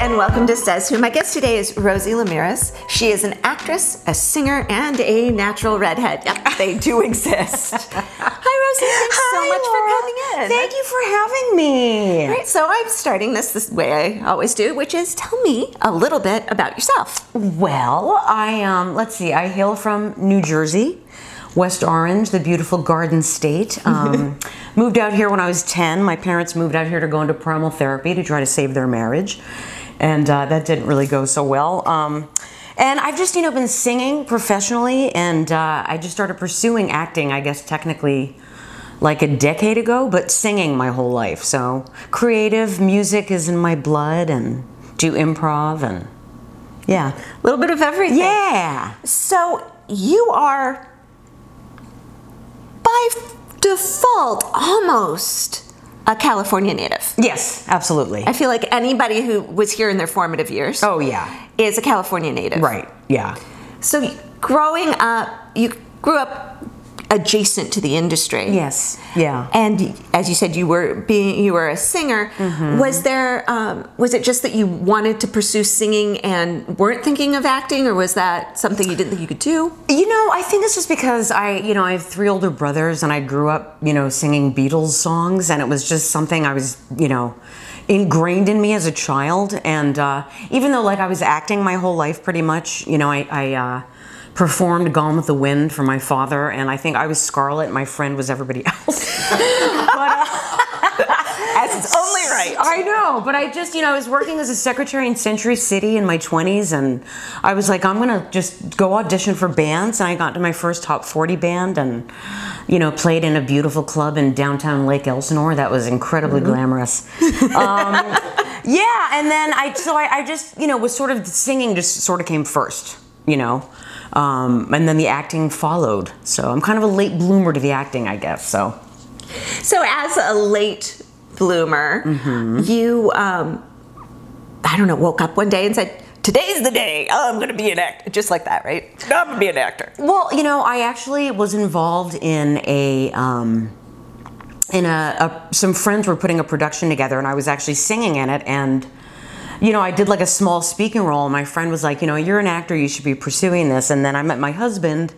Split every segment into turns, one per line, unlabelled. and welcome to Says Who. My guest today is Rosie Lamiris. She is an actress, a singer, and a natural redhead. Yep, they do exist. Hi, Rosie. Thanks so
Hi,
much for
Laura.
coming in.
Thank you for having me.
Right, so I'm starting this this way I always do, which is tell me a little bit about yourself.
Well, I um, let's see. I hail from New Jersey, West Orange, the beautiful Garden State. Um, moved out here when I was ten. My parents moved out here to go into primal therapy to try to save their marriage, and uh, that didn't really go so well. Um, and I've just you know been singing professionally, and uh, I just started pursuing acting. I guess technically. Like a decade ago, but singing my whole life. So creative music is in my blood, and do improv, and yeah.
A little bit of everything.
Yeah.
So you are by default almost a California native.
Yes, absolutely.
I feel like anybody who was here in their formative years
Oh yeah.
is a California native.
Right. Yeah.
So growing up, you grew up adjacent to the industry.
Yes. Yeah.
And as you said, you were being you were a singer. Was there um, was it just that you wanted to pursue singing and weren't thinking of acting, or was that something you didn't think you could do?
You know, I think it's just because I, you know, I have three older brothers and I grew up, you know, singing Beatles songs and it was just something I was, you know, ingrained in me as a child. And uh, even though, like, I was acting my whole life pretty much, you know, I, I uh, performed Gone with the Wind for my father and I think I was Scarlet and my friend was everybody else. but, uh, as it's
only right.
I know, but I just, you know, I was working as a secretary in Century City in my 20s, and I was like, I'm gonna just go audition for bands. And I got to my first top 40 band and, you know, played in a beautiful club in downtown Lake Elsinore. That was incredibly glamorous. Um, yeah, and then I, so I, I just, you know, was sort of singing just sort of came first, you know. Um, and then the acting followed. So I'm kind of a late bloomer to the acting, I guess. So
So as a late bloomer, Mm-hmm. you um, I don't know woke up one day and said. Today's the day. oh, I'm going to be an actor. Just like that, right? I'm going to be an actor.
Well, you know, I actually was involved in a um, in a, a some friends were putting a production together, and I was actually singing in it, and you know, I did like a small speaking role. and My friend was like, you know, you're an actor, you should be pursuing this, and then I met my husband,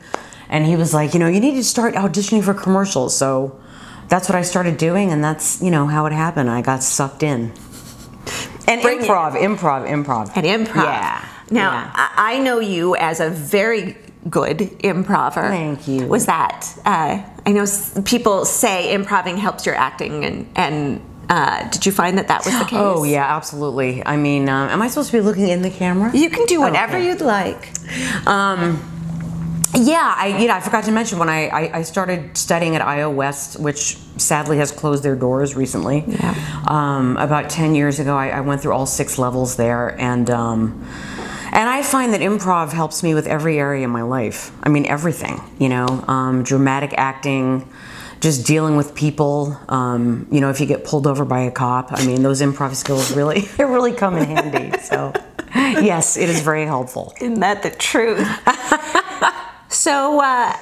and he was like, you know, you need to start auditioning for commercials, so. That's what I started doing, and that's you know how it happened. I got sucked in. And
Bring it.
improv, improv, improv,
An improv.
Yeah.
Now,
Yeah.
I, I know you as a very good improver.
Thank you.
Was that, uh, I know s- people say improving helps your acting, and, and uh, did you find that that was the case?
Oh yeah, absolutely. I mean, uh, am I supposed to be looking in the camera?
You can do whatever
Okay.
you'd like.
Um, yeah, I you know I forgot to mention when I, I, I started studying at Iowa West, which sadly has closed their doors recently.
Yeah.
Um, about ten years ago, I, I went through all six levels there, and um, and I find that improv helps me with every area of my life. I mean, everything. You know, um, dramatic acting. Just dealing with people, um, you know, if you get pulled over by a cop, I mean, those improv skills really, they really come in handy. So, yes, it is very helpful.
Isn't that the truth? so, uh,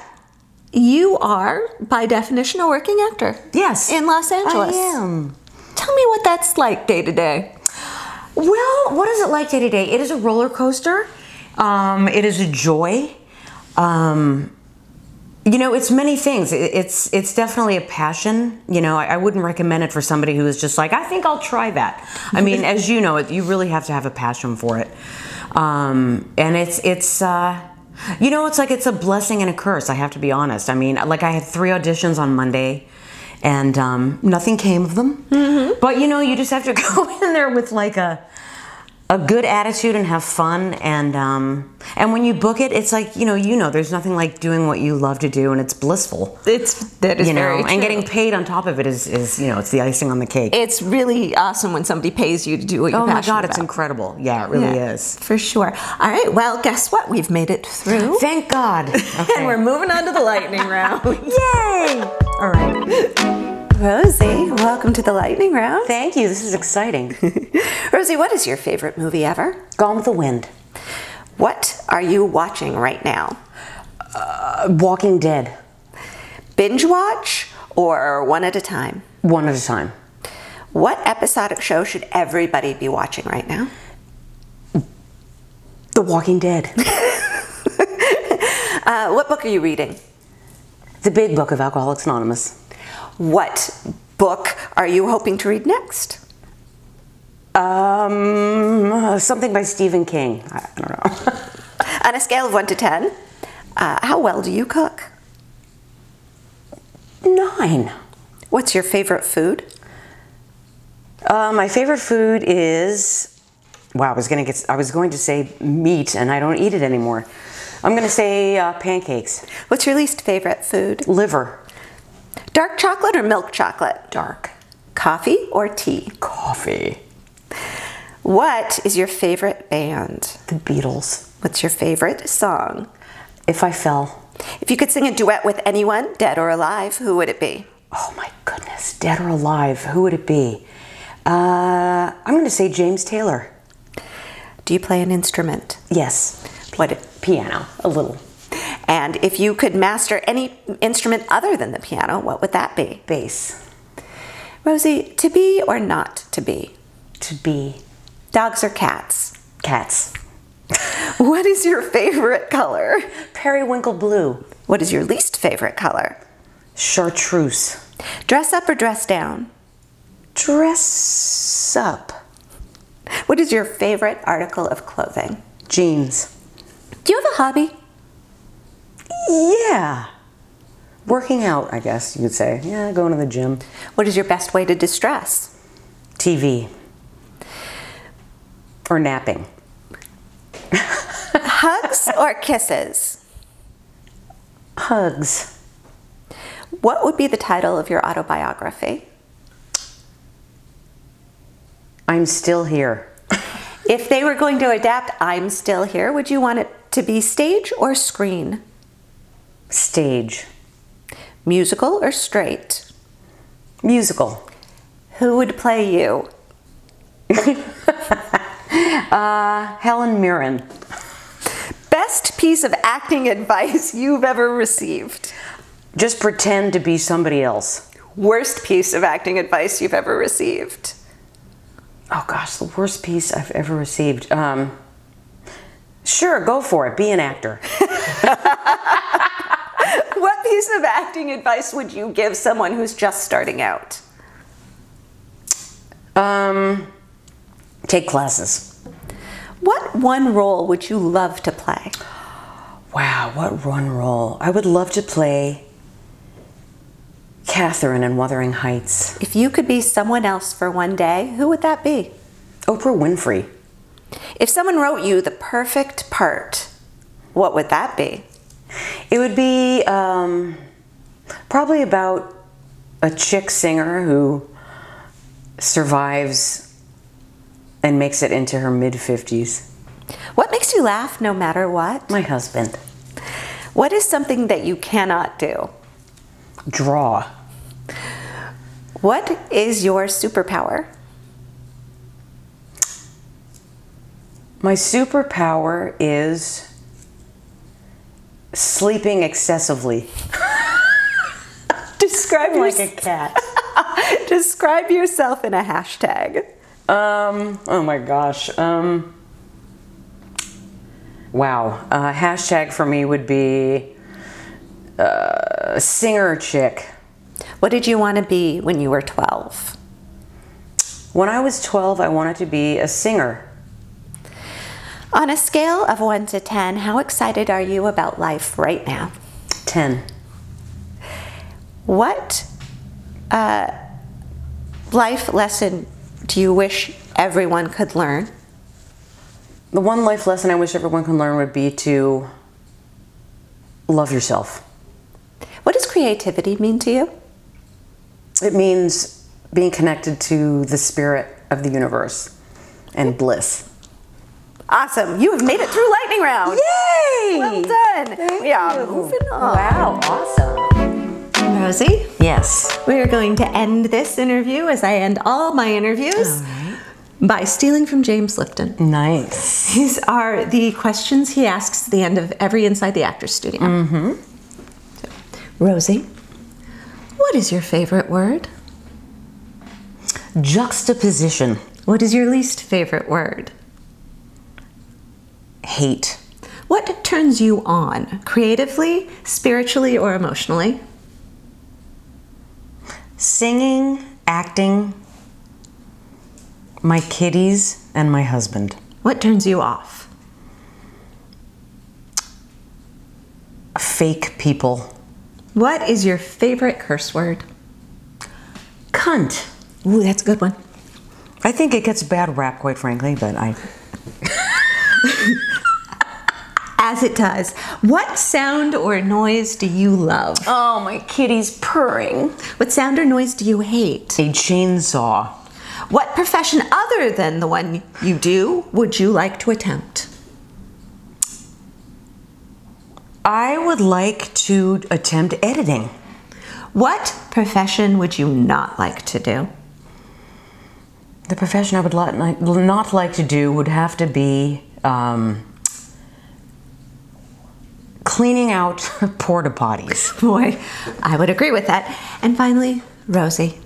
you are, by definition, a working actor.
Yes.
In Los Angeles.
I am.
Tell me what that's like day to day.
Well, what is it like day to day? It is a roller coaster. Um, it is a joy. Um, you know, it's many things. It- It's it's definitely a passion. You know, I, I wouldn't recommend it for somebody who is just like, I think I'll try that. I mean, as you know, it, you really have to have a passion for it. Um, and it's it's. Uh, you know, it's like it's a blessing and a curse. I have to be honest. I mean, like I had three auditions on Monday, and um, nothing came of them. But you know, you just have to go in there with like a a good attitude and have fun and um, and when you book it it's like you know you know there's nothing like doing what you love to do and it's blissful
It's, that is
you know
very true.
and getting paid on top of it is is you know it's the icing on the cake
it's really awesome when somebody pays you to do what you're
oh my
passionate
god it's
about.
incredible yeah it really
Yeah,
is
for sure. All right, well, guess what? We've made it through,
thank god okay.
and we're moving on to the lightning round.
yay all right
Rosie, welcome to the lightning round.
thank you this is exciting
Rosie, what is your favorite movie ever?
gone with the wind
What are you watching right now?
Uh, walking dead
Binge watch or one at a time?
one at a time
What episodic show should everybody be watching right now?
The Walking Dead,
Uh, what book are you reading?
the big book of Alcoholics Anonymous.
What book are you hoping to read next?
Um, something by Stephen King. Uh, I, I don't know.
On a scale of one to ten, uh, how well do you cook?
Nine.
What's your favorite food?
Uh, my favorite food is. Wow, I was gonna get. I was going to say meat, and I don't eat it anymore. I'm gonna say uh, pancakes,
What's your least favorite food?
liver,
Dark chocolate or milk chocolate?
dark
Coffee or tea?
coffee,
What is your favorite band?
the Beatles.
What's your favorite song?
If I fell,
If you could sing a duet with anyone, dead or alive, who would it be?
oh my goodness, dead or alive, who would it be? Uh, I'm gonna say James Taylor.
Do you play an instrument?
Yes,
What? If,
piano, a little
and if you could master any instrument other than the piano, what would that be?
bass
Rosie, to be or not to be?
to be
Dogs or cats?
cats.
What is your favorite color?
Periwinkle blue,
What is your least favorite color?
chartreuse.
Dress up or dress down?
Dress up,
What is your favorite article of clothing?
jeans.
Do you have a hobby?
Yeah. Working out, I guess you could say. Yeah, going to the gym.
What is your best way to distress?
TV. Or napping.
Hugs or kisses?
Hugs.
What would be the title of your autobiography?
I'm still here.
If they were going to adapt I'm Still Here, would you want it to be stage or screen?
Stage.
Musical or straight?
Musical.
Who would play you?
Helen Mirren.
Best piece of acting advice you've ever received?
Just pretend to be somebody else.
Worst piece of acting advice you've ever received?
Oh gosh, the worst piece I've ever received. Um, sure, go for it. Be an actor.
What piece of acting advice would you give someone who's just starting out?
Um, take classes.
What one role would you love to play?
Wow, what run role. I would love to play Catherine in Wuthering Heights.
If you could be someone else for one day, who would that be?
Oprah Winfrey.
If someone wrote you the perfect part, what would that be?
It would be um, probably about a chick singer who survives and makes it into her mid 50s.
What makes you laugh no matter what?
My husband.
What is something that you cannot do?
Draw.
What is your superpower?
My superpower is sleeping excessively.
Describe your,
cat.
describe yourself in a hashtag.
Um, oh my gosh. Um, wow. Uh, hashtag for me would be uh, singer chick.
What did you want to be when you were 12?
When I was 12, I wanted to be a singer.
On a scale of 1 to 10, how excited are you about life right now?
10.
What uh, life lesson do you wish everyone could learn?
The one life lesson I wish everyone can learn would be to love yourself.
What does creativity mean to you?
It means being connected to the spirit of the universe and bliss.
Awesome. You have made it through lightning round.
Yay!
Well done. we are
you.
moving on.
Wow, awesome.
Rosie,
Yes.
we are going to end this interview as I end all my interviews by stealing from James Lipton.
Nice.
These are the questions he asks at the end of every Inside the Actors studio.
Mm.
Mm-hmm. Rosie, what is your favorite word?
Juxtaposition.
What is your least favorite word?
hate.
What turns you on creatively, spiritually, or emotionally?
Singing, acting, my kitties, and my husband.
What turns you off?
Fake people.
What is your favorite curse word?
Cunt.
Ooh, that's a good one.
I think it gets a bad rap, quite frankly, but I.
As it does. What sound or noise do you love?
Oh, my kitty's purring.
What sound or noise do you hate?
A chainsaw.
What profession other than the one you do would you like to attempt?
I would like to attempt editing.
What profession would you not like to do?
The profession I would li- like- not like to do would have to be um, cleaning out porta potties.
Boy, I would agree with that. And finally, Rosie,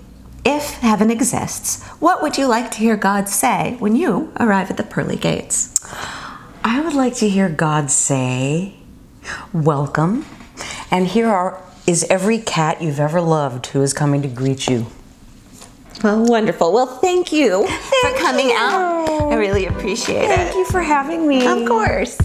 if heaven exists, what would you like to hear God say when you arrive at the pearly gates?
I would like to hear God say, Welcome, and here are, is every cat you've ever loved who is coming to greet you.
Well, Oh, wonderful. Well, thank you for coming
you.
out. I really appreciate it.
you for having me.
Of course.